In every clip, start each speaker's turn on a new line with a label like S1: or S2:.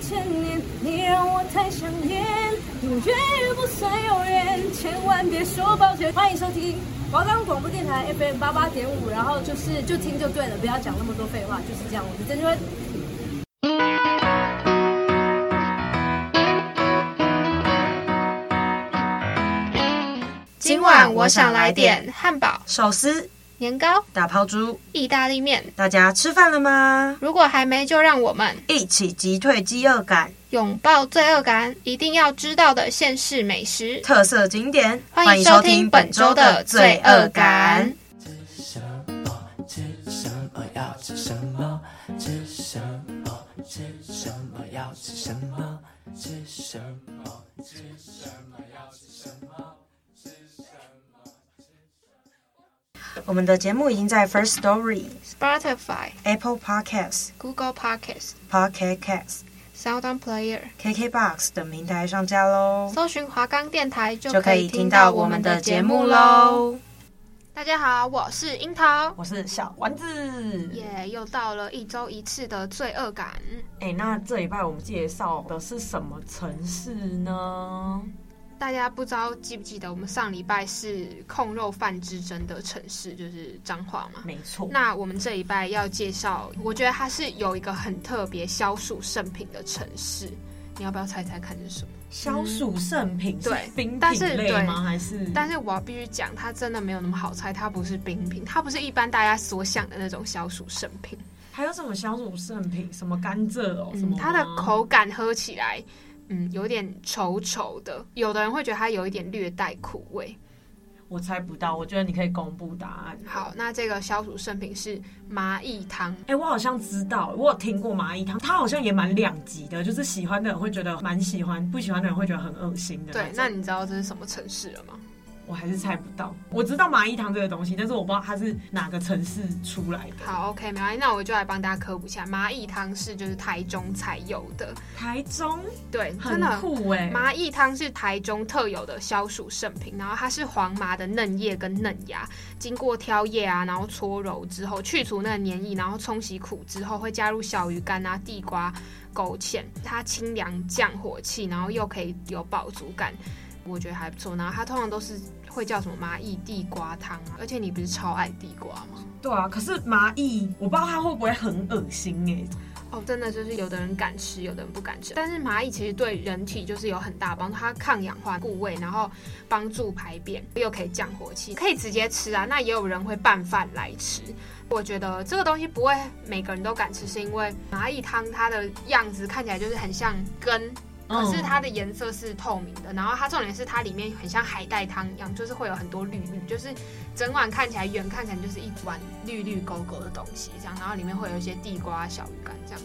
S1: 千年，你让我太想念，永远不算永远，千万别说抱歉。欢迎收听华冈广播电台 FM 八八点五，然后就是就听就对了，不要讲那么多废话，就是这样。我是郑钧。
S2: 今晚我想来点汉堡、
S3: 寿司、
S2: 年糕、
S3: 打抛猪，
S2: 意大利面。
S3: 大家吃饭了吗？
S2: 如果还没，就让我们
S3: 一起击退饥饿感，
S2: 拥抱罪恶感，一定要知道的县市美食。
S3: 特色景点，
S2: 欢迎收听本周的罪恶感。。
S4: 吃什么？吃什么？要吃什么？吃什么？吃什么？要吃什么？吃什么？吃什么？要吃什么？
S3: 我们的节目已经在 First Story、
S2: Spotify、
S3: Apple Podcasts、
S2: Google Podcasts、
S3: Pocket Casts、
S2: Sound On Player
S3: KKBox 等平台上架喽，
S2: 搜寻华冈电台就
S3: 就
S2: 可
S3: 可
S2: 以
S3: 以
S2: 听
S3: 听
S2: 到
S3: 到
S2: 我
S3: 我
S2: 们
S3: 们
S2: 的
S3: 的
S2: 节
S3: 节
S2: 目
S3: 目
S2: 喽。
S3: 喽。
S2: 大家好，我是樱桃。
S3: 我是小丸子
S2: 耶、又到了一周一次的罪恶感。
S5: 哎、那这礼拜我们介绍的是什么城市呢？
S2: 大家不知道记不记得我们上礼拜是控肉饭之争的城市，就是彰化嘛。
S5: 没错，
S2: 那我们这一拜要介绍，我觉得它是有一个很特别消暑圣品的城市，你要不要猜猜看是什么？
S3: 嗯
S5: 消暑圣品是
S2: 对
S5: 冰
S2: 但是
S5: 品类
S2: 对
S5: 吗？还是
S2: 但是我要必须讲，它真的没有那么好猜，它不是冰品，它不是一般大家所想的那种消暑圣品。
S5: 还有什么消暑圣品？什么甘蔗哦？
S2: 嗯，
S5: 什么吗？
S2: 它的口感喝起来，嗯，有点稠稠的，有的人会觉得它有一点略带苦味。
S5: 我猜不到，我觉得你可以公布答案。
S2: 好，那这个消暑圣品是麻薏汤，
S5: 哎、我好像知道，我有听过蚂蚁汤，它好像也蛮两极的，就是喜欢的人会觉得蛮喜欢，不喜欢的人会觉得很恶心的
S2: 对
S5: 种。，
S2: 那你知道这是什么城市了吗？
S5: 我还是猜不到。我知道蚂蚁汤这个东西，但是我不知道它是哪个城市出来的。
S2: 好，OK，没关系，那我就来帮大家科普一下，麻薏汤是就是台中才有的，
S5: 台中
S2: 对，真
S5: 很
S2: 的。
S5: 酷哎、
S2: 麻薏汤是台中特有的消暑圣品，然后它是黄麻的嫩叶跟嫩芽，经过挑叶啊，然后搓揉之后，去除那个黏液，然后冲洗苦之后，会加入小鱼干啊、地瓜、勾芡，它清凉降火气，然后又可以有饱足感，我觉得还不错。然后它通常都是会叫什么麻薏地瓜汤啊，而且你不是超爱地瓜吗？
S5: 对啊，可是蚂蚁，我不知道它会不会很恶心哎、
S2: 哦，真的就是有的人敢吃，有的人不敢吃。但是蚂蚁其实对人体就是有很大帮助，它抗氧化、固胃，然后帮助排便，又可以降火气，可以直接吃啊。那也有人会拌饭来吃。我觉得这个东西不会每个人都敢吃，是因为蚂蚁汤它的样子看起来就是很像根，可是它的颜色是透明的。然后它重点是它里面很像海带汤一样，就是会有很多绿绿，就是整碗看起来远看起来就是一碗绿绿勾勾的东西这样，然后里面会有一些地瓜、小鱼干这样。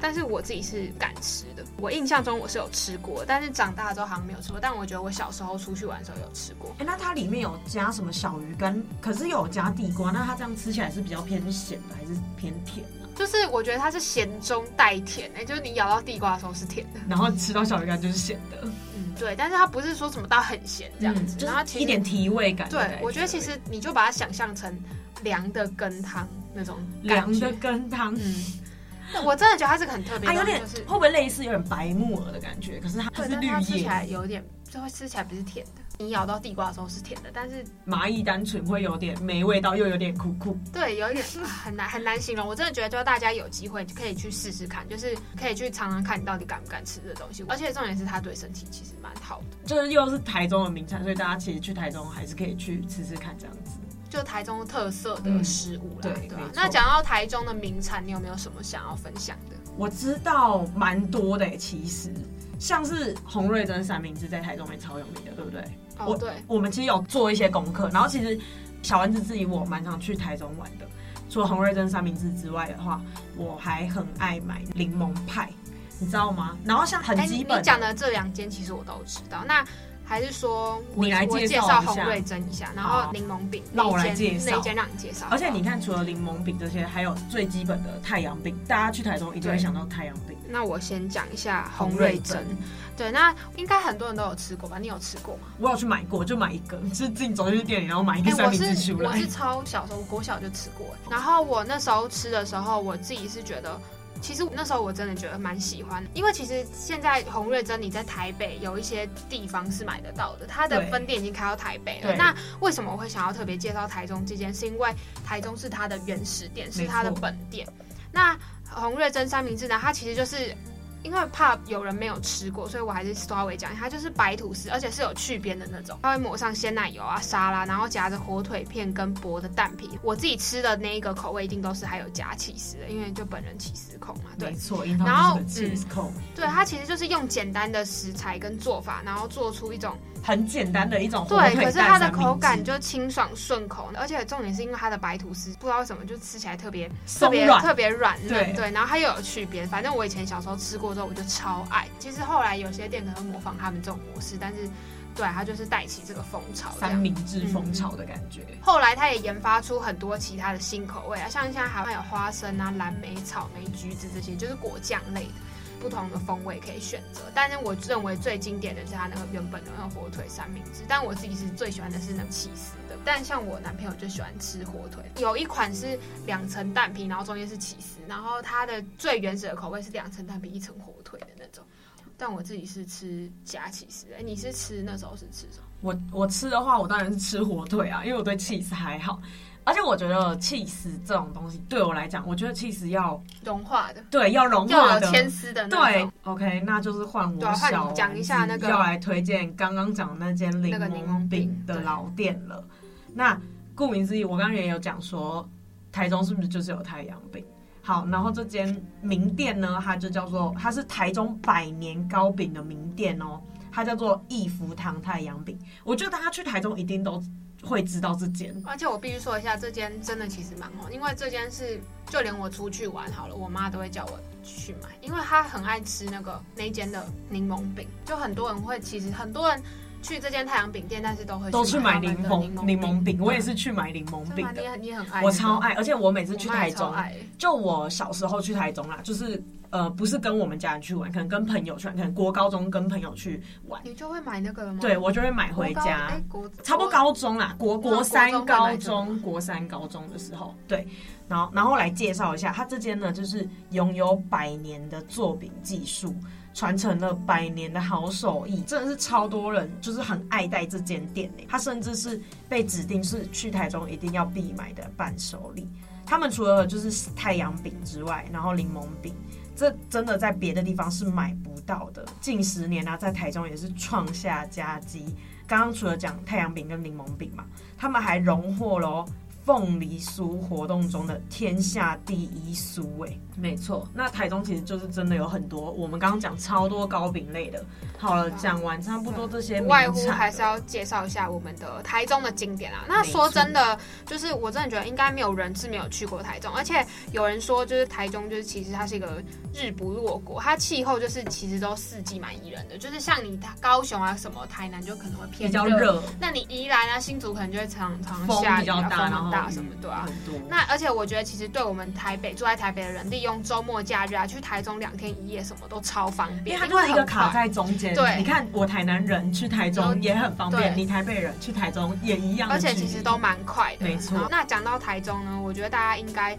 S2: 但是我自己是敢吃的，我印象中我是有吃过，但是长大之后好像没有吃过。但我觉得我小时候出去玩的时候有吃过，
S5: 哎、那它里面有加什么小鱼干？可是有加地瓜，那它这样吃起来是比较偏咸的还是偏甜
S2: 嗯
S5: 啊？
S2: 就是我觉得它是咸中带甜，哎、就是你咬到地瓜的时候是甜的，
S5: 然后吃到小鱼干就是咸的，
S2: 嗯，对。但是它不是说什么到很咸这样子，
S5: 嗯就
S2: 然后
S5: 是
S2: 其
S5: 一
S2: 实
S5: 点提味感的感
S2: 对，我觉得其实你就把它想象成凉的羹汤那种感
S5: 凉
S2: 觉
S5: 的，羹汤。
S2: 嗯。我真的觉得它是个很特别
S5: 它
S2: 的
S5: 有
S2: 东西，
S5: 点
S2: 就是
S5: 会不会类似有点白木耳的感觉？可是它它
S2: 对，
S5: 是
S2: 但
S5: 绿
S2: 它吃起
S5: 叶，
S2: 来有点，就会吃起来不是甜的。你咬到地瓜的时候是甜的，但是
S5: 蚂蚁单纯会有点没味道，又有点苦苦。
S2: 对，有一点啊很难很难形容。我真的觉得，就是大家有机会可以去试试看，就是可以去尝尝看你到底敢不敢吃这东西。而且重点是它对身体其实蛮好的。
S5: 就是又是台中的名产，所以大家其实去台中还是可以去吃吃看这样子。
S2: 就台中特色的
S5: 嗯
S2: 食物啦，
S5: 对
S2: 对吧、啊
S5: 没错
S2: 那讲到台中的名产，你有没有什么想要分享的？
S5: 我知道蛮多的、欸，其实像是红瑞珍三明治在台中也超有名的，对不对？
S2: 哦，对，
S5: 我们其实有做一些功课，然后其实小丸子自己我蛮常去台中玩的。除了红瑞珍三明治之外的话，我还很爱买柠檬派，你知道吗？然后像很
S2: 哎、你
S5: 基
S2: 你
S5: 本
S2: 讲的这两间其实我都知道。那还是说我
S5: 你来
S2: 我
S5: 介
S2: 介
S5: 绍
S2: 绍
S5: 一
S2: 红
S5: 下
S2: 瑞珍一下，然
S5: 好
S2: 后柠檬饼
S5: 那我
S2: 一
S5: 来
S2: 间
S5: 介
S2: 那
S5: 绍
S2: 一间让你介绍。
S5: 而且
S2: 好不
S5: 你
S2: 好，
S5: 看，除了柠檬饼这些，还有最基本的太阳饼，大家去台中一定会
S2: 对
S5: 想到太阳饼。
S2: 那我先讲一下
S5: 红
S2: 红瑞
S5: 瑞
S2: 珍
S5: 珍。
S2: 对，那应该很多人都有吃过吧？你有吃过吗？
S5: 我有去买过，就买一个，就是自己走进去店里，然后买一
S2: 哎、
S5: 个三
S2: 我
S5: 明治
S2: 是
S5: 出
S2: 我
S5: 来
S2: 是。超小时候，我国小就吃过。然后我那时候吃的时候，我自己是觉得其实那时候我真的觉得蛮喜欢，因为其实现在红瑞珍你在台北有一些地方是买得到的，它的
S5: 对
S2: 分店已经开到台北了。
S5: 对
S2: 那为什么我会想要特别介绍台中这间？是因为台中是它的原始店，是它的
S5: 没错
S2: 本店。那红瑞珍三明治呢，它其实就是。因为怕有人没有吃过，所以我还是稍微讲一下，它就是白吐司，而且是有去边的那种，它会抹上鲜奶油啊、沙拉，然后夹着火腿片跟薄的蛋皮。我自己吃的那一个口味一定都是还有夹起司的，因为就本人起司控嘛。对
S5: 没，错，樱
S2: 然
S5: 桃
S2: 后
S5: 就是 cheese cone，、
S2: 对，它其实就是用简单的食材跟做法，然后做出一 种
S5: 很简单的一种火
S2: 对，
S5: 腿
S2: 可是
S5: 蛋
S2: 它的
S5: 三明
S2: 口感
S5: 治
S2: 就清爽顺口，而且重点是因为它的白吐司不知道为什么就吃起来特别特
S5: 松
S2: 别
S5: 软，
S2: 特别软嫩，
S5: 对
S2: 对，然后它又有去边，反正我以前小时候吃过之后我就超爱。其实后来有些店可能会模仿他们这种模式，但是对啊它就是带起这个风潮这
S5: 三
S2: 样。
S5: 明治风潮的感觉。
S2: 后来它也研发出很多其他的新口味啊，像现在还有花生啊、蓝莓、草莓、橘子这些，就是果酱类的。不同的风味可以选择，但是我认为最经典的是它那个原本的那个火腿三明治，但我自己是最喜欢的是那个起司的。但像我男朋友就喜欢吃火腿，有一款是两层蛋皮，然后中间是起司，然后它的最原始的口味是两层蛋皮一层火腿的那种。但我自己是吃夹起司，哎、你是吃那时候是吃什么？
S5: 我我吃的话，我当然是吃火腿啊，因为我对 cheese 还好。而且我觉得 cheese 这种东西对我来讲，我觉得 cheese 要
S2: 融化的，
S5: 对要融
S2: 要
S5: 化
S2: 有
S5: 的。
S2: 牵丝的那种。
S5: 对，OK，那就是换
S2: 对啊
S5: 我
S2: 换你
S5: 小王
S2: 讲一下
S5: 子
S2: 那个
S5: 要来推荐刚刚讲的那间柠
S2: 那个柠檬
S5: 檬饼
S2: 饼
S5: 的
S2: 对
S5: 老店了。那顾名思义，我刚刚也有讲说，台中是不是就是有太阳饼？好，然后这间名店呢，它就叫做它是台中百年糕饼的名店哦，它叫做益福堂太阳饼。我觉得大家去台中一定都会知道这间，
S2: 而且我必须说一下，这间真的其实蛮红，因为这间是就连我出去玩好了，我妈都会叫我去买，因为她很爱吃那个那一间的柠檬饼，就很多人会，其实很多人去这间太阳饼店，但是都会
S5: 都去买柠
S2: 柠
S5: 檬柠
S2: 柠
S5: 檬饼，我也
S2: 是，
S5: 是去买柠檬
S2: 真的
S5: 饼
S2: 吗你
S5: 的，
S2: 也你也很爱，
S5: 我超，爱，而且我每次
S2: 我
S5: 去
S2: 妈也
S5: 台
S2: 超
S5: 中，
S2: 爱
S5: 就我小时候去台中啦，就是呃，不是跟我们家人去玩，可能跟朋友去玩，可能国高中跟朋友去玩，
S2: 你就会买那个了吗？
S5: 对我就会买回
S2: 嗯国高
S5: 家。
S2: 哎国
S5: 差不多高中啦，国
S2: 国
S5: 哦国
S2: 三
S5: 三高
S2: 高中
S5: 中，国三高中的时候，对，然后然后来介绍一下，它这间呢就是拥有百年的做饼技术，传承了百年的好手艺，真的是超多人就是很爱戴这间店呢、它甚至是被指定是去台中一定要必买的伴手礼。他们除了就是太阳饼之外，然后柠檬饼。这真的在别的地方是买不到的。近十年啊，在台中也是创下佳绩。刚刚除了讲太阳饼跟柠檬饼嘛，他们还荣获了哦凤梨酥活动中的天下第一酥哎、没错，那台中其实就是真的有很多，我们刚刚讲超多糕饼类的。好了，讲完差不多这些名
S2: 外
S5: 产了，
S2: 乎还是要介绍一下我们的台中的经典啊。那
S5: 没
S2: 说
S5: 错
S2: 真的，就是我真的觉得应该没有人是没有去过台中，而且有人说就是台中就是其实它是一个日不落国，它气候就是其实都四季蛮宜人的，就是像你高雄啊什么台南就可能会偏
S5: 比较，热，
S2: 那你宜兰啊新竹可能就会常常
S5: 风
S2: 下
S5: 比
S2: 雨啊
S5: 较大，
S2: 风
S5: 然后嗯
S2: 很大
S5: 雨
S2: 什么的啊。
S5: 很多。
S2: 那而且我觉得，其实对我们台北住在台北的人，利用周末假日啊，去台中两天一夜，什么都超方
S5: 因
S2: 便，
S5: 为它就
S2: 为
S5: 是一个
S2: 很
S5: 卡
S2: 快
S5: 在中间。
S2: 对
S5: 你看我台南人去台
S2: 有
S5: 中也很方便，
S2: 对
S5: 你台北人去台中也一样的
S2: 而
S5: 距离。
S2: 且其实都蛮快的。
S5: 没错
S2: 好那讲到台中呢，我觉得大家应该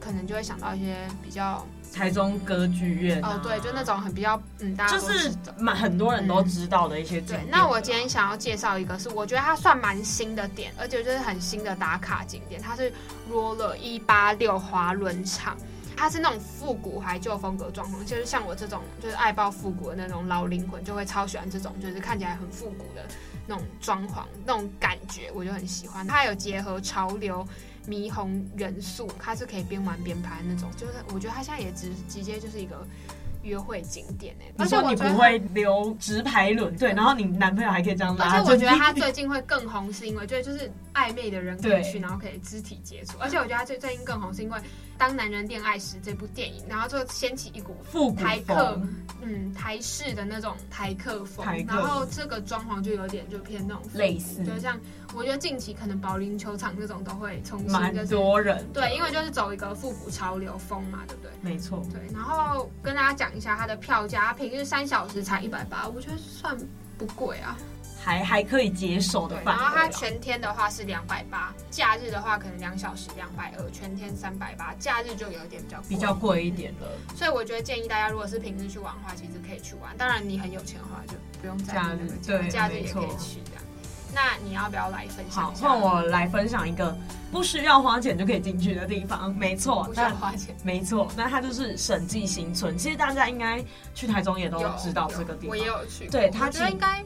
S2: 可能就会想到一些比较，
S5: 台中歌剧院、啊，
S2: 哦，对，就那种很比较，嗯，大家
S5: 就
S2: 都知
S5: 是
S2: 道
S5: 蛮很多人都知道的一些景
S2: 嗯对
S5: 点，啊
S2: 那我今天想要介绍一个是，我觉得它算蛮新的点，而且就是很新的打卡景点，它是 Roller 一八六滑轮场。它是那种复古怀旧风格装潢，就是像我这种就是爱抱复古的那种老灵魂，就会超喜欢这种就是看起来很复古的那种装潢，那种感觉我就很喜欢。它有结合潮流、霓虹元素，它是可以边玩边拍那种，就是我觉得它现在也直直接就是一个约会景点哎、
S5: 你
S2: 而且
S5: 说
S2: 我
S5: 你
S2: 觉得
S5: 不
S2: 它
S5: 会留直排轮，对，然后你男朋友还可以这样拉，
S2: 而且我觉得他
S5: 啊就是
S2: 最近会更红，是因为就是就是暧昧的人可以
S5: 对
S2: 去，然后可以肢体接触。而且我觉得他最最近更红，是因为《当男人恋爱时》这部电影，然后就掀起一股
S5: 复古
S2: 台客
S5: 风，
S2: 嗯台式的那种台客风，
S5: 台客嗯
S2: 然后这个装潢就有点就偏那种复古
S5: 类似
S2: 就像我觉得近期可能保龄球场那种都会重新
S5: 蛮
S2: 就是
S5: 多人的
S2: 对，因为就是走一个复古潮流风嘛，对不对？
S5: 没错，
S2: 对，然后跟大家讲一下它的票价，它平日三小时才一百八，我觉得算不贵啊。
S5: 还还可以接受的
S2: 对，然
S5: 范围、
S2: 后它
S5: 啊。
S2: 全天的话是两百八，假日的话可能两小时两百二，全天三百八，假日就有一点比较贵
S5: 比较。贵一点了，
S2: 所以我觉得建议大家，如果是平日去玩的话，其实可以去玩。当然你很有钱的话，就不用在
S5: 假
S2: 意那个
S5: 日
S2: 钱
S5: 对
S2: 假日也
S5: 没
S2: 可
S5: 错
S2: 以去这样。那你要不要来分享
S5: 好，
S2: 一下？
S5: 换我来分享一个不需要花钱就可以进去的地方。没错
S2: 不，需要
S5: 那
S2: 花钱。
S5: 没错，那它就是审计新村。其实大家应该去台中也都
S2: 有
S5: 知道这个地
S2: 有
S5: 方
S2: 我也，有去过。
S5: 对它
S2: 我觉得
S5: 其
S2: 应该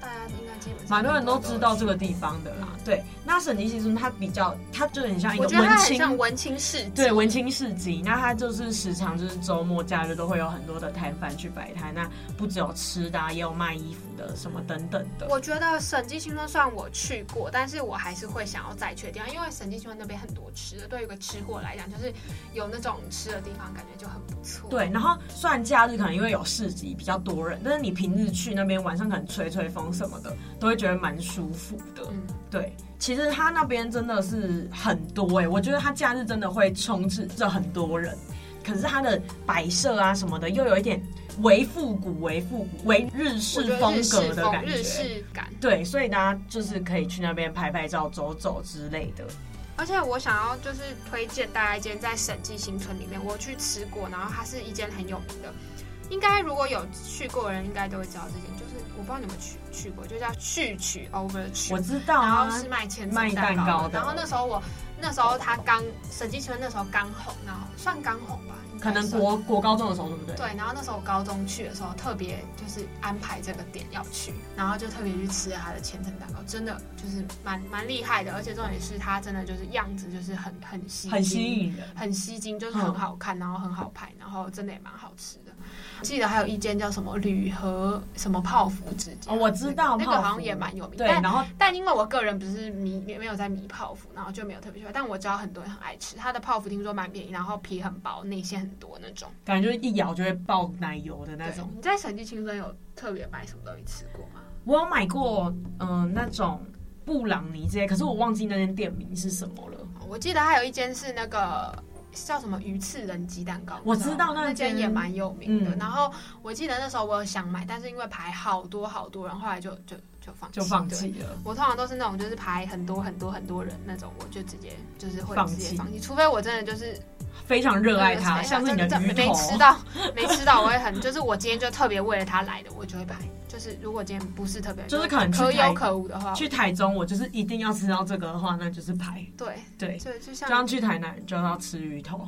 S2: 大家应该基本上
S5: 蛮多人都
S2: 有
S5: 知道
S2: 去
S5: 这个地方的啦。对，那审计新村它比较，它就很像一
S2: 我
S5: 个
S2: 觉得它
S5: 文
S2: 很
S5: 青
S2: 像文青市集，
S5: 对，文青市集，那它就是时常就是周末假日都会有很多的摊贩去摆摊，那不只有吃的、啊，也有卖衣服的什么等等的。
S2: 我觉得审计新村虽然我去过，但是我还是会想要再去的地方，因为审计新村那边很多吃的，对于一个吃货来讲，就是有那种吃的地方，感觉就很不错。
S5: 对，然后虽然假日可能因为有市集比较多人，但是你平日去那边晚上可能吹吹风什么的，都会觉得蛮舒服的。
S2: 嗯，
S5: 对，其实它那边真的是很多哎、我觉得它假日真的会充斥着很多人。可是它的摆设啊什么的，又有一点为复古、为复古、为日
S2: 我
S5: 式
S2: 觉得
S5: 风
S2: 日式
S5: 格的
S2: 风
S5: 感觉，
S2: 日式感。
S5: 对，所以大家就是可以去那边拍拍照、走走之类的。
S2: 而且我想要就是推荐大家一间在审计新村里面，我去吃过，然后它是一间很有名的，应该如果有去过的人应该都会知道这间，就是我不知道你们去去过，就叫序曲哦 over 曲
S5: 我。知道
S2: 然后
S5: 啊
S2: 是，卖千层
S5: 卖
S2: 蛋
S5: 蛋糕的
S2: 然后那时候我那时候他刚审计村那时候刚红，然后算刚红吧，应该
S5: 可能
S2: 算
S5: 国国高中的时候，对不对？
S2: 对。然后那时候我高中去的时候，特别就是安排这个点要去，然后就特别去吃了他的千层蛋糕，真的就是蛮蛮厉害的，而且重点是它真的就是样子就是很很吸
S5: 很
S2: 睛
S5: 吸引嗯人。
S2: 很吸睛，就是很好看，然后很好拍，然后真的也蛮好吃的。记得还有一间叫什么铝和什么泡芙之家，
S5: 哦我知道
S2: 那个
S5: 泡芙
S2: 好像也蛮有名，
S5: 对，
S2: 但
S5: 然后
S2: 但因为我个人不是迷，没有在迷泡芙，然后就没有特别喜欢。但我知道很多人很爱吃，它的泡芙听说蛮便宜，然后皮很薄，内馅很多那种。
S5: 感觉就是一咬就会爆奶油的那
S2: 对
S5: 种。，
S2: 你在审计青春有特别买什么东西吃过吗？
S5: 我有买过，嗯、那种布朗尼这些，可是我忘记那间店名是什么了。
S2: 我记得还有一间是那个。叫什么鱼翅人鸡蛋糕？
S5: 我
S2: 你
S5: 知道
S2: 吗
S5: 那
S2: 那间
S5: 间
S2: 也蛮有名的。
S5: 嗯
S2: 然后我记得那时候我有想买，但是因为排好多好多人，后来就就就放弃
S5: 就放
S2: 对
S5: 弃了。
S2: 我通常都是那种就是排很多很多很多人那种，我就直接就是会
S5: 放
S2: 直接
S5: 弃
S2: 放弃，除非我真的就是
S5: 非常热爱
S2: 对
S5: 它，像是你
S2: 真
S5: 的鱼头
S2: 没。吃到，没吃到，我也很 就是我今天就特别为了他来的，我就会排。就是如果今天不是特别，
S5: 就是可能去
S2: 可
S5: 台
S2: 有可无的话，
S5: 去台中，我就是一定要吃到这个的话，那就是排。
S2: 对对，
S5: 对，
S2: 就
S5: 就像
S2: 像
S5: 去台南就要吃鱼头。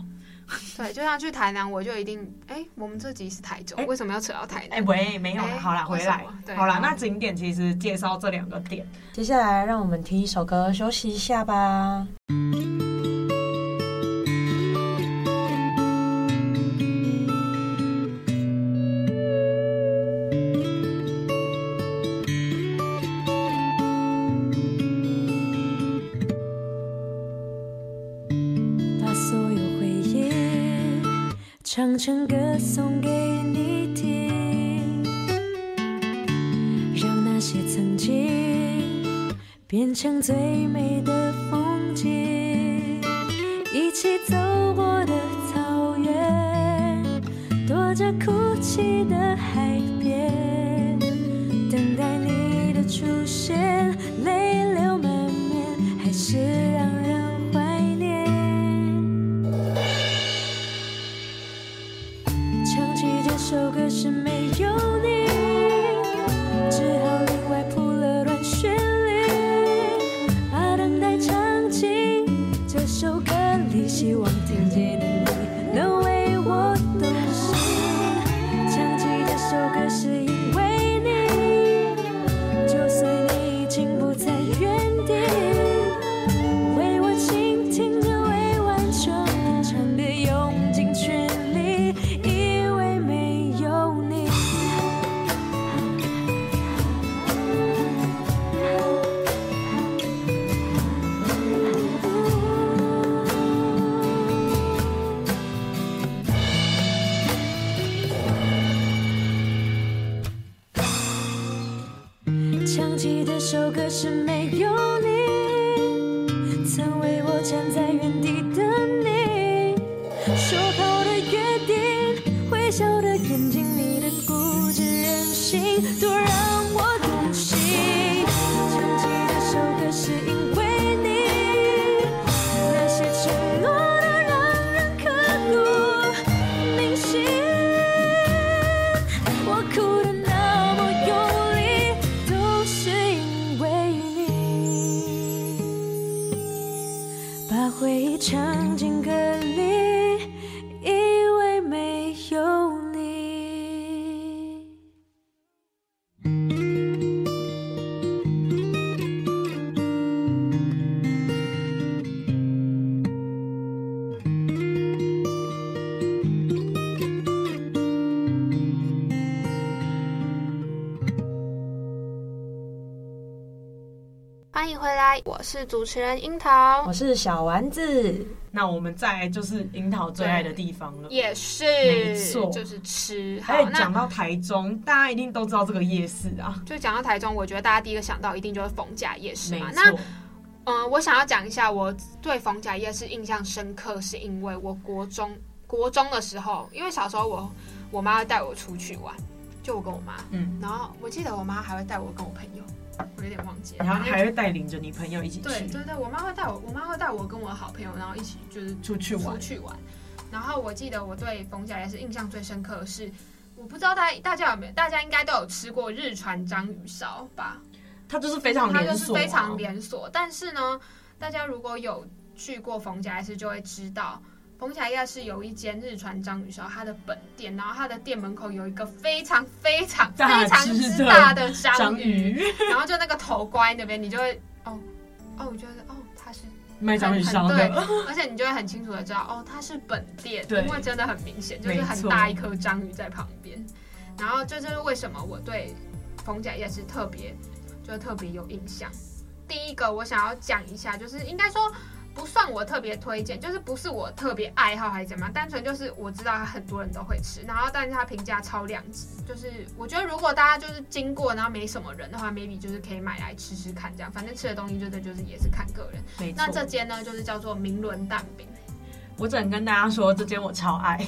S2: 对，就像去台南，我就一定哎，我们这集是台中
S5: 哎，
S2: 为什么要扯到台
S5: 哎、
S2: 南？
S5: 喂，没有啦，
S2: 哎
S5: 好啦，
S2: 为
S5: 回
S2: 什
S5: 来
S2: 么对，
S5: 好啦
S2: 好，
S5: 那景点其实介绍这两个点。
S3: 接下来让我们听一首歌休息一下吧。
S6: 把所有回忆唱成歌颂给你听，让那些曾经变成最美的风景。一起走过的草原，躲着哭泣的海边，等待你的出现，泪流满面，还是让人怀念。唱起这首歌时没有你，只好另外谱了段旋律，把等待唱进这首歌里，希望听见的你能为我动心。唱起这首歌是因为你，就算你已经不在原地。为我倾听着未完成歌唱的用尽全力，因为没有你。唱起这首歌是没有你，曾为我站在原地的你，说好的约定，微笑的眼睛，你的固执任性，都让我动心。
S2: 欢迎回来，我是主持人樱桃，
S3: 我是小丸子，
S5: 那我们再来就是樱桃最爱的地方了。
S2: 也是，
S5: 没错
S2: 就是吃。好
S5: 哎，，讲
S2: 那
S5: 到台中，大家一定都知道这个夜市啊，
S2: 就讲到台中，我觉得大家第一个想到一定就是逢甲夜市
S5: 没
S2: 嘛。那
S5: 错，
S2: 嗯，我想要讲一下我对逢甲夜市印象深刻，是因为我国中国中的时候，因为小时候我我妈会带我出去玩，就我跟我妈，
S5: 嗯，
S2: 然后我记得我妈还会带我跟我朋友，我有点忘记了，
S5: 然后
S2: 反正
S5: 还会带领着你朋友一起
S2: 对
S5: 去
S2: 对对，我妈会带我，我妈会带我跟我好朋友，然后一起就是
S5: 出去
S2: 出
S5: 玩。
S2: 去玩。然后我记得我对冯甲也是印象最深刻的是，我不知道大大家有没有，大家应该都有吃过日传章鱼烧吧？
S5: 它就是非常
S2: 它就
S5: 连
S2: 是
S5: 锁啊，
S2: 非常连锁。但是呢，大家如果有去过冯甲夜市，就会知道。冯甲夜市有一间日传章鱼烧，它的本店，然后它的店门口有一个非常非常非
S5: 大
S2: 常
S5: 只
S2: 之
S5: 的
S2: 大的章
S5: 章
S2: 鱼，
S5: 鱼
S2: 然后就那个头挂在那边，你就会哦哦，我觉得哦，它是
S5: 卖章鱼烧
S2: 对
S5: 的，，
S2: 而且你就会很清楚的知道，哦，它是本店，
S5: 对
S2: 因为真的很明显，就是
S5: 没
S2: 很
S5: 错
S2: 大一颗章鱼在旁边。然后这就是为什么我对逢甲夜市特别，就是特别有印象。第一个我想要讲一下，就是应该说不算我特别推荐，就是不是我特别爱好还是怎么样，单纯就是我知道它很多人都会吃，然后但是它评价超两极，就是我觉得如果大家就是经过然后没什么人的话，maybe 就是可以买来吃吃看这样，反正吃的东西真的就是也是看个人。
S5: 没
S2: 那这
S5: 错。
S2: 间呢，就是叫做明伦蛋饼，
S5: 我只能跟大家说，这间我超 爱，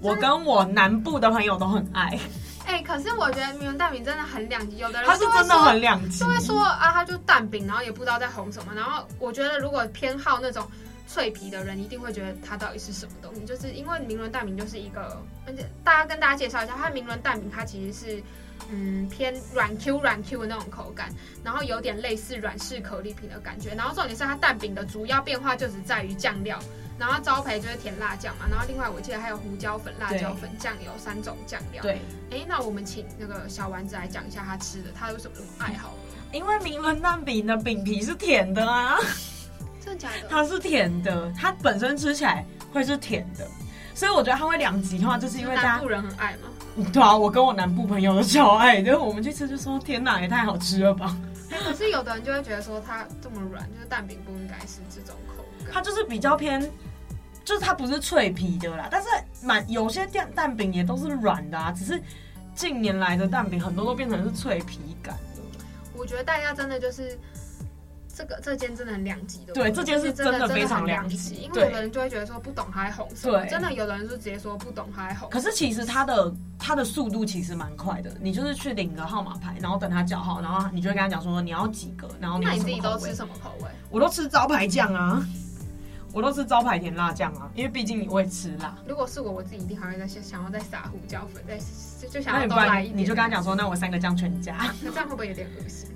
S5: 我跟我南部的朋友都很爱，
S2: 哎、可是我觉得明伦蛋饼真的很两极，有的人
S5: 它是
S2: 就会
S5: 真的
S2: 说
S5: 很两极
S2: 就。会说啊，它就蛋饼，然后也不知道在红什么。然后我觉得如果偏好那种脆皮的人，一定会觉得它到底是什么东西，就是因为明伦蛋饼就是一个，而且大家跟大家介绍一下，它明伦蛋饼它其实是。嗯，偏软 Q 软 Q 的那种口感，然后有点类似软式可丽饼的感觉。然后重点是它蛋饼的主要变化就只在于酱料，然后招牌就是甜辣酱嘛，然后另外我记得还有胡椒粉、辣椒
S5: 对
S2: 粉、酱油三种酱料。
S5: 对，
S2: 哎，那我们请那个小丸子来讲一下他吃的，他有什么爱好？
S5: 因为明伦蛋饼的饼皮是甜的 啊，
S2: 真的假的？
S5: 它是甜的，它本身吃起来会是甜的，所以我觉得它会两极化，就是因为大
S2: 南
S5: 家
S2: 部人很爱吗？
S5: 对啊，我跟我南部朋友都超爱的，我们去吃就说天哪，也太好吃了吧！
S2: 可是有的人就会觉得说它这么软，就是蛋饼不应该是这种口
S5: 它
S2: 感。
S5: 就是比较偏，就是它不是脆皮的啦，但是蛮有些蛋蛋饼也都是软的啊，只是近年来的蛋饼很多都变成是脆皮感的。
S2: 我觉得大家真的就是这个这间真的很两极的。
S5: 对这间是
S2: 真的
S5: 真的非常
S2: 很两
S5: 两极
S2: 极，因为
S5: 对
S2: 有的人就会觉得说不懂它在红什么，
S5: 对
S2: 真的有的人就直接说不懂它在红。
S5: 可是其实它的它的速度其实蛮快的，你就是去领个号码牌，然后等他叫号，然后你就会跟他讲说你要几个，然后你
S2: 那
S5: 要
S2: 你
S5: 什
S2: 自
S5: 么
S2: 己
S5: 口
S2: 都
S5: 味
S2: 吃什么口味？
S5: 我都吃招牌酱啊，我都吃招牌甜辣酱啊，因为毕竟我也吃辣。
S2: 如果是我，我自己一定还会再想要再撒胡椒粉，再就就想
S5: 那
S2: 要
S5: 你
S2: 多
S5: 不
S2: 来
S5: 然
S2: 一点。
S5: 你就跟他讲说，那我三个酱全加，
S2: 那这样会不会有点恶心？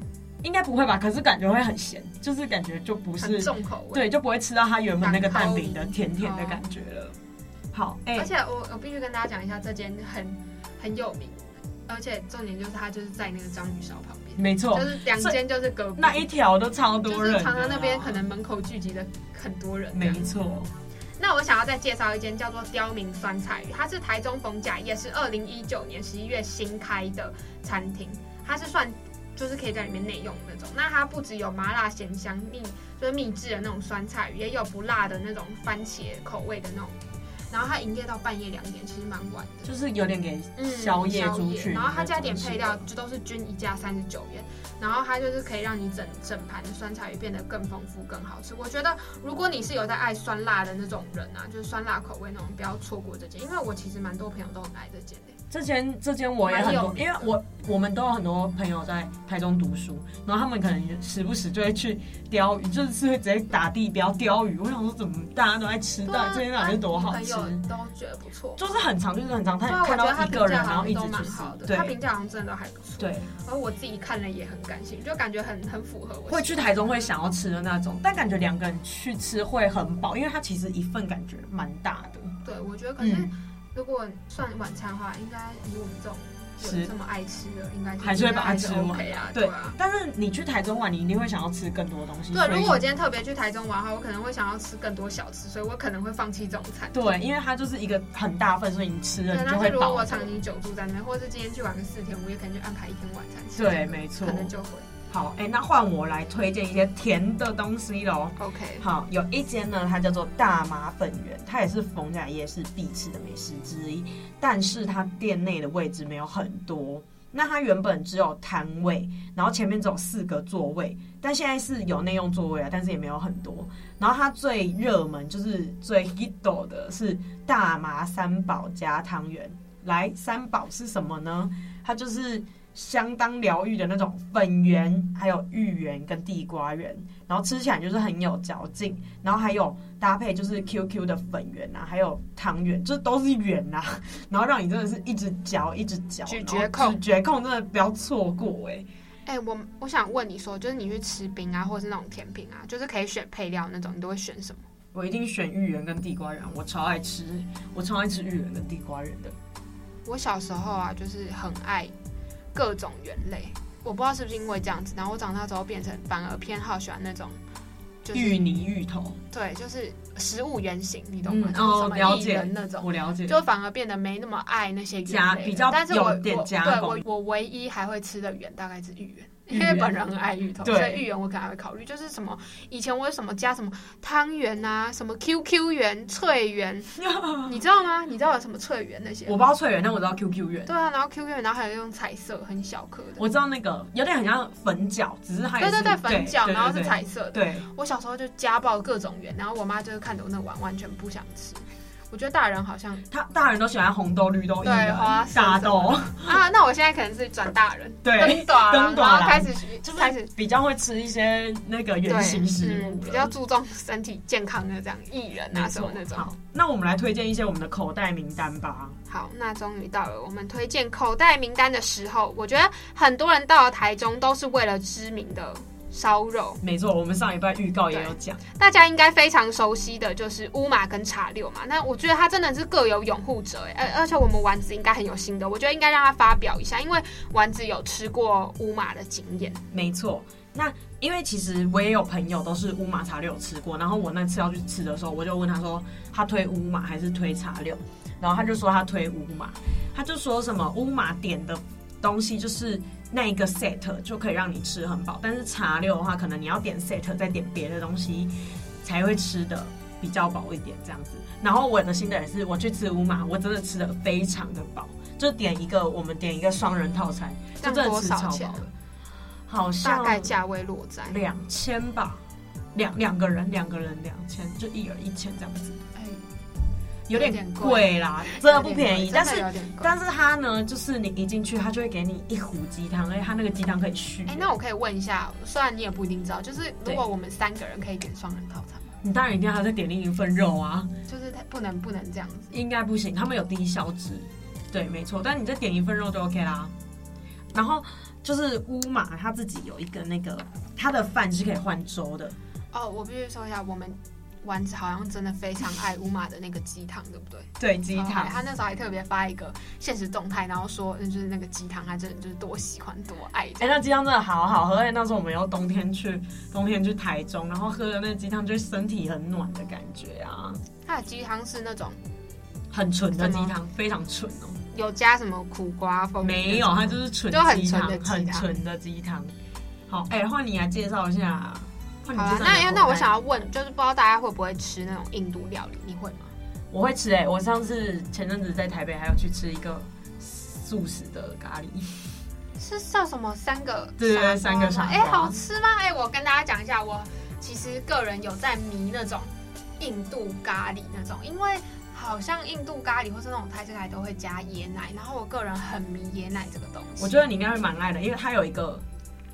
S5: 应该不会吧？可是感觉会很咸，就是感觉就不
S2: 很
S5: 是
S2: 重口味。
S5: 对，就不会吃到它原本那个蛋饼的甜甜的感觉了。好，哎、
S2: 而且我我必须跟大家讲一下，这间很很有名，而且重点就是它就是在那个章鱼烧旁边，
S5: 没错
S2: 就，是两间就是隔壁，
S5: 哦那一条都超多
S2: 就是
S5: 人的啦，
S2: 常常那边可能门口聚集的很多人。
S5: 没错，
S2: 那我想要再介绍一间叫做刁民酸菜鱼，它是台中逢甲夜市二零一九年十一月新开的餐厅，它是算就是可以在里面内用的那种。那它不只有麻辣咸香蜜，就是秘制的那种酸菜鱼，也有不辣的那种番茄口味的那种。然后它营业到半夜两点，其实蛮晚的。
S5: 就是有点给
S2: 嗯
S5: 宵夜族群的东西、
S2: 然后它加点配料就都是均一价三十九元，然后它就是可以让你整整盘的酸菜鱼变得更丰富、更好吃。我觉得如果你是有在爱酸辣的那种人啊，就是酸辣口味那种，不要错过这间，因为我其实蛮多朋友都很爱这间的。
S5: 这间这间我也很多
S2: 蛮有，名
S5: 因
S2: 的
S5: 为我我们都有很多朋友在台中读书，然后他们可能时不时就会去钓鱼，就是会直接打地标钓鱼。我想说，怎么大家都爱吃，
S2: 啊
S5: 到底啊这些到底是多好
S2: 朋
S5: 吃
S2: 友？都觉得不错。
S5: 就是很长，就是很长，
S2: 对
S5: 他
S2: 啊，我
S5: 看
S2: 觉
S5: 到
S2: 得他
S5: 一
S2: 评
S5: 个人，
S2: 价
S5: 然
S2: 好
S5: 后
S2: 像
S5: 一直
S2: 都
S5: 去
S2: 蛮
S5: 吃
S2: 好，的，他评
S5: 对
S2: 价好像真的都还不错。
S5: 对，
S2: 而我自己看了也很感兴趣，就感觉很很符合我。
S5: 会去台中会想要吃的那种，但感觉两个人去吃会很饱，因为它其实一份感觉蛮大的。
S2: 对，我觉得可是
S5: 嗯
S2: 如果算晚餐的话，应该以我们这种有
S5: 是
S2: 这么爱吃的，应该
S5: 还是会把它
S2: 应该
S5: 吃完
S2: OK 啊，
S5: 对
S2: 啊。
S5: 但是你去台中玩，你一定会想要吃更多东西。
S2: 对，啊
S5: 所以
S2: 如果我今天特别去台中玩的话，我可能会想要吃更多小吃，所以我可能会放弃中餐。
S5: 对，因为它就是一个很大份，所以你吃了
S2: 对，
S5: 你就
S2: 但
S5: 会
S2: 是如果
S5: 饱
S2: 我
S5: 的。
S2: 长期久住在那边，或者是今天去玩个四天，我也可能就安排一天晚餐吃这个。
S5: 对，没错
S2: 可。能就会。
S5: 好，哎、那换我来推荐一些甜的东西喽。
S2: OK，
S5: 好，有一间呢，它叫做大麻粉圆，它也是逢甲夜市必吃的美食之一，但是它店内的位置没有很多。那它原本只有摊位，然后前面只有四个座位，但现在是有内用座位啊，但是也没有很多。然后它最热门就是最 hit 的是大麻三宝加汤圆。来，三宝是什么呢？它就是相当疗愈的那种粉圆，还有芋圆跟地瓜圆。然后吃起来就是很有嚼劲，然后还有搭配就是 QQ 的粉圆啊，还有汤圆，就都是圆啊， 然后让你真的是一直嚼一直嚼，
S2: 咀
S5: 然
S2: 嚼
S5: 后
S2: 控
S5: 咀嚼控真的不要错过哎、
S2: 哎、我我想问你说，就是你去吃冰啊，或者是那种甜品啊，就是可以选配料那种，你都会选什么？
S5: 我一定选芋圆跟地瓜圆，我超爱吃，我超爱吃芋圆跟地瓜圆的。
S2: 我小时候啊，就是很爱各种原类，我不知道是不是因为这样子，然后我长大之后变成反而偏好喜欢那种，就是
S5: 芋泥芋头，
S2: 对，就是食物原型，你懂吗？
S5: 嗯
S2: 就是
S5: 哦
S2: 什么
S5: 了
S2: 薏
S5: 解
S2: 仁那种。
S5: 我了解。
S2: 就反而变得没那么爱那些圆
S5: 加
S2: 类的
S5: 比较
S2: 但是我
S5: 有点
S2: 我
S5: 加
S2: 对
S5: 工
S2: 我我唯一还会吃的圆大概是芋圆。
S5: 芋
S2: 因
S5: 圆
S2: 为本人很爱芋头，
S5: 对
S2: 所以芋圆我可能还会考虑，就是什么以前我有什么加什么汤圆啊，什么 QQ 圆、脆 圆，你知道吗？你知道有什么脆圆那些吗？
S5: 我不知道脆圆，但我知道 QQ 圆。
S2: 对啊，然后 QQ 圆，然后还有用彩色很小颗的，
S5: 我知道那个有点很像粉饺，只是它也
S2: 对
S5: 是
S2: 对对，粉饺，然后是。彩色的。
S5: 对对对对，
S2: 我小时候就家暴各种圆，然后我妈就是看着我那碗完全不想吃。我觉得大人好 像
S5: 他大人都喜欢红豆、绿豆、薏
S2: 对
S5: 仁
S2: 花生
S5: 大
S2: 什
S5: 豆。
S2: 啊，那我现在可能是转大人，
S5: 对
S2: 灯短啊
S5: 灯短
S2: 然后
S5: 郎
S2: 开始
S5: 就是
S2: 开始
S5: 比较会吃一些那个
S2: 对
S5: 圆形食
S2: 嗯
S5: 物、
S2: 比较注重身体健康的这样艺人啊
S5: 没
S2: 什么
S5: 错
S2: 那种。
S5: 好，那我们来推荐一些我们的口袋名单吧。
S2: 好，那终于到了我们推荐口袋名单的时候，我觉得很多人到了台中都是为了知名的烧肉，
S5: 没错，我们上一拜预告也有讲，
S2: 大家应该非常熟悉的就是乌马跟茶六嘛。那我觉得他真的是各有拥护者哎，而而且我们丸子应该很有心得，我觉得应该让他发表一下，因为丸子有吃过乌马的经验。
S5: 没错。那因为其实我也有朋友都是乌马茶六吃过，然后我那次要去吃的时候，我就问他说他推乌马还是推茶六，然后他就说他推乌马，他就说什么乌马点的东西就是那一个 set 就可以让你吃很饱，但是茶六的话，可能你要点 set 再点别的东西才会吃的比较饱一点这样子。然后我的心得也是，我去吃乌马，我真的吃的非常的饱，就点一个我们点一个双人套餐，
S2: 这样
S5: 就真的
S2: 多
S5: 吃
S2: 少
S5: 超
S2: 钱
S5: 饱
S2: 啊
S5: 的，好像
S2: 大概价位落在
S5: 两千吧，两两个人两个人两千，就一人一千这样子，
S2: 哎
S5: 有
S2: 点
S5: 点
S2: 贵
S5: 贵啦，真的
S2: 有
S5: 不
S2: 点
S5: 便宜，
S2: 贵
S5: 但
S2: 真
S5: 是
S2: 的有点贵
S5: 但是它呢，就是你一进去，它就会给你一壶鸡汤，而且它那个鸡汤可以续。
S2: 哎、那我可以问一下，虽然你也不一定知道，就是如
S5: 对
S2: 果我们三个人可以点双人套餐吗？
S5: 你当然一定要再点另一份肉啊，
S2: 就是它不能不能这样子。
S5: 应该不行，他们有低消值。对，没错，但你再点一份肉就 OK 啦。然后就是乌马他自己有一个那个，他的饭是可以换粥的，
S2: 哦，我必须说一下，我们丸子好像真的非常爱乌马的那个鸡汤，对不对？
S5: 对，鸡
S2: 超爱
S5: 汤。
S2: 哦他那时候还特别发一个现实动态，然后说嗯就是那个鸡汤，他真的就是多喜欢多爱这
S5: 哎、
S2: 样。
S5: 那鸡汤真的好好喝，而且哎那时候我们又冬天去，冬天去台中，然后喝了那鸡汤，就是身体很暖的感觉啊，
S2: 他的鸡汤是那种
S5: 很纯的
S2: 什
S5: 鸡
S2: 么
S5: 汤，非常纯哦、
S2: 有加什么苦瓜风味那种？
S5: 没有，它就是纯
S2: 就很
S5: 鸡
S2: 纯
S5: 汤
S2: 的，鸡
S5: 很
S2: 汤
S5: 纯的鸡汤。好，哎、换你来介绍一下。换你
S2: 好
S5: 介
S2: 啦，
S5: 绍你
S2: 那
S5: 的
S2: 那
S5: 口
S2: 我
S5: 袋
S2: 想，要问，就是不知道大家会不会吃那种印度料理？你会吗？
S5: 我会吃哎、我上次前阵子在台北还有去吃一个素食的咖喱，
S2: 是叫什么三个？
S5: 对对对三个傻瓜
S2: 哎、好吃吗？哎、我跟大家讲一下，我其实个人有在迷那种印度咖喱那种，因为好像印度咖喱或是那种泰式咖喱都会加椰奶，然后我个人很迷椰奶这个东西。
S5: 我觉得你应该会蛮爱的，因为它有一个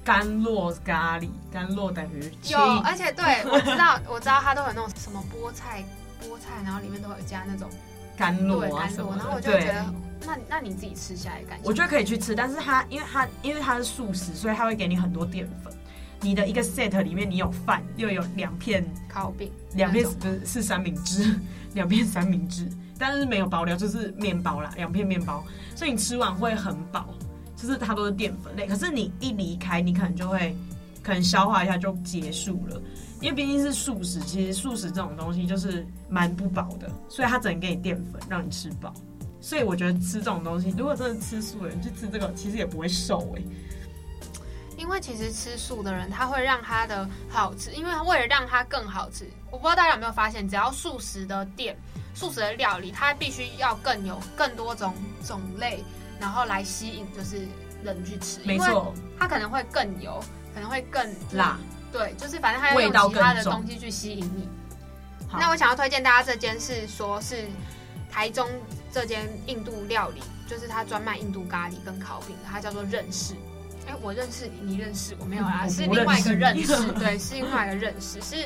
S5: 甘洛咖喱，甘洛等于 c
S2: 有，哎而且 对我知道，我知道它都有那种什么菠菜，菠菜，然后里面都有加那种
S5: 甘
S2: 对
S5: 洛啊
S2: 甘
S5: 什么
S2: 露，
S5: 的，
S2: 然后我就
S5: 对
S2: 觉得，那那你自己吃下来感觉？
S5: 我觉得可以去吃，但是它因为它因为它是素食，所以它会给你很多淀粉。你的一个 set 里面，你有饭，又有两片
S2: 烤饼
S5: 两片
S2: 那种
S5: 不是是三明治，两片三明治， 但是没有包料，就是面包啦，两片面包，所以你吃完会很饱，就是它都是淀粉类。可是你一离开，你可能就会可能消化一下就结束了，因为毕竟是素食，其实素食这种东西就是蛮不饱的，所以它只能给你淀粉让你吃饱。所欸以我觉得吃这种东西，如果真的吃素的人去吃这个，其实也不会瘦哎、
S2: 因为其实吃素的人，他会让他的好吃，因为为了让它更好吃，我不知道大家有没有发现，只要素食的店、素食的料理，它必须要更有更多种种类，然后来吸引就是人去吃，
S5: 没，错，
S2: 它可能会更油，可能会更
S5: 辣，
S2: 对，就是反正它要
S5: 味
S2: 用
S5: 道
S2: 其他
S5: 更
S2: 的
S5: 重
S2: 东西去吸引你。
S5: 好
S2: 那我想要推荐大家这间是说是台中这间印度料理，就是它专卖印度咖喱跟烤饼的，它叫做认识。哎，我认识你，你认识我没有
S5: 我
S2: 啊？
S5: 不
S2: 是另外一个
S5: 认
S2: 认
S5: 识
S2: 识， 对，是另外一个认识，是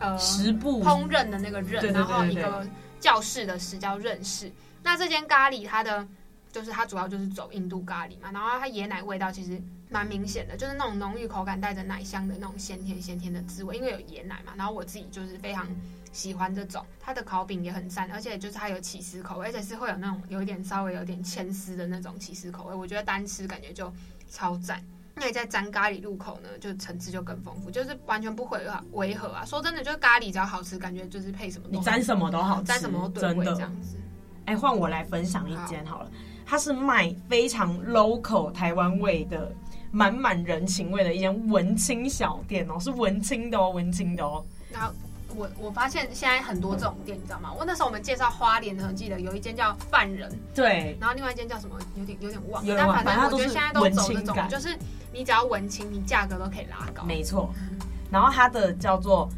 S2: 呃
S5: 食步
S2: 烹饪的那个认，
S5: 对对对
S2: 然后一
S5: 对
S2: 个教室的食叫认识。那这间咖喱它的就是它主要就是走印度咖喱嘛，然后它椰奶味道其实蛮
S5: 嗯
S2: 明显的，就是那种浓郁口感带着奶香的那种鲜甜鲜甜的滋味，因为有椰奶嘛。然后我自己就是非常喜欢这种，它的烤饼也很赞，而且就是它有起司口味，而且是会有那种有一点稍微有点牵丝的那种起司口味，我觉得单吃感觉就超赞。那你在沾咖喱入口呢，就层次就更丰富，就是完全不会啊违和啊。说真的，就是咖喱只要好吃，感觉就是配什么
S5: 你
S2: 都
S5: 沾什么都好吃，
S2: 沾什么都对
S5: 真
S2: 味这
S5: 的。
S2: 样子。
S5: 哎，换我来分享一间好了，它是卖非常 local 台湾味的，满满人情味的一间文青小店哦，是文青的哦，文青的哦。
S2: 然后我我发现现在很多这种店，你知道吗？我那时候我们介绍花莲的时候，记得有一间叫犯人，
S5: 对，
S2: 然后另外一间叫什么，有点有点忘
S5: 有
S2: 了。
S5: 点
S2: 但
S5: 忘
S2: 反
S5: 反正它
S2: 正我觉
S5: 都
S2: 得
S5: 是
S2: 现在都走那
S5: 文青感
S2: 种，就是你只要文青，你价格都可以拉高。
S5: 没错。然后它的叫做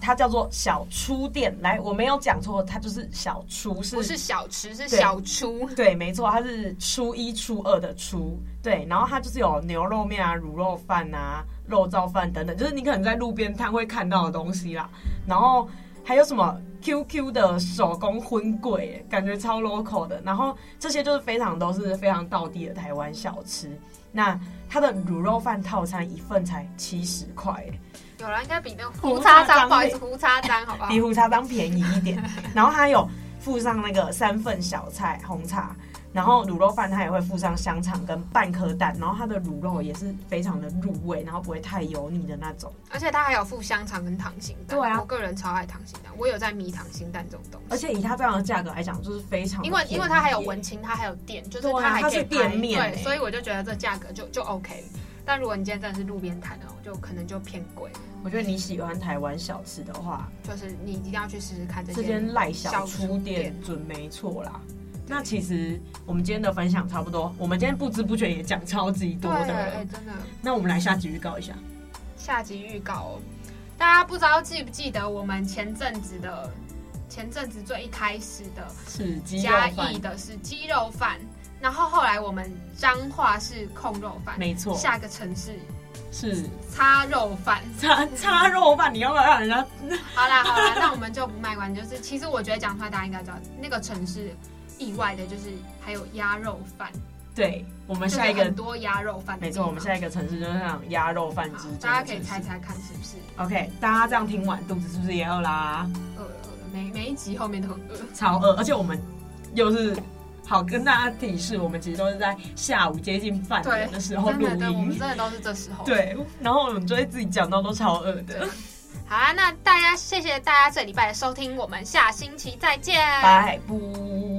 S5: 它叫做小初店，来，我没有讲错，它就是小初是
S2: 不是小吃，是
S5: 对
S2: 小出。
S5: 对，没错，它是初一、初二的初，对，然后它就是有牛肉面啊、卤肉饭啊、肉燥饭等等，就是你可能在路边摊会看到的东西啦。然后还有什么 QQ 的手工荤桂，哎感觉超 local 的。然后这些就是非常都是非常道地的台湾小吃。那它的卤肉饭套餐一份才七十块，哎
S2: 有了，应该比那个
S5: 胡
S2: 胡
S5: 叉
S2: 叉
S5: 张
S2: 张，不好意思，胡叉张，好不好
S5: 比？胡茶汤便宜一 点。然后它有附上那个三份小菜、红茶，然后卤肉饭它也会附上香肠跟半颗蛋，然后它的卤肉也是非常的入味，然后不会太油腻的那种。
S2: 而且它还有附香肠跟溏心蛋。
S5: 对啊
S2: 我个人超爱溏心蛋，我有在迷溏心蛋这种东西。
S5: 而且以它这样的价格来讲，就是非常的
S2: 因为因为它还有
S5: 哦便宜
S2: 文青，它还有店，就是
S5: 对啊
S2: 还
S5: 它
S2: 可以
S5: 是店
S2: 拍
S5: 面欸
S2: 对，所以我就觉得这价格就就 OK。但如果你今天真的是路边摊哦，就可能就偏贵，
S5: 我觉得你喜欢台湾小吃的话，
S2: 就是你一定要去试试看这
S5: 这
S2: 些
S5: 间赖小
S2: 小
S5: 书
S2: 书
S5: 店
S2: 店
S5: 准没错啦。那其实我们今天的分享差不多，我们今天不知不觉也讲超级多
S2: 对，
S5: 的
S2: 哎、
S5: 了。
S2: 真的
S5: 那我们来下集预告一下，
S2: 下集预告哦。大家不知道记不记得我们前阵子的前阵子最一开始的
S5: 是鸡肉
S2: 嘉
S5: 饭
S2: 义，的是鸡肉饭，然后后来我们彰化是控肉饭，
S5: 没错，
S2: 下个城市
S5: 是
S2: 叉肉饭。
S5: 叉叉肉饭，你要不要让人家？
S2: 好啦好啦，那我们就不卖关子。就是其实我觉得讲出来大家应该知道，那个城市意外的就是还有鸭肉饭，
S5: 对我们
S2: 就是
S5: 下一个
S2: 很，多鸭肉饭的
S5: 没
S2: 地
S5: 错，
S2: 方。
S5: 我们下一个城市就是那种鸭肉饭之
S2: 好
S5: 争的城市。
S2: 大家可以猜猜看是不是
S5: OK，大家这样听完，肚子是不是也饿啦？
S2: 饿了饿了？呃每每一集后面都很饿。
S5: 超饿，而且我们又是好跟大家提示，我们其实都是在下午接近饭 点的时候
S2: 真
S5: 录
S2: 的对，我们
S5: 音。
S2: 真的都是这时候。。
S5: 对，然后我们就会自己讲到都超饿
S2: 对
S5: 的。
S2: 好啊，那大家谢谢大家这礼拜的收听，我们下星期再见，
S5: 拜拜。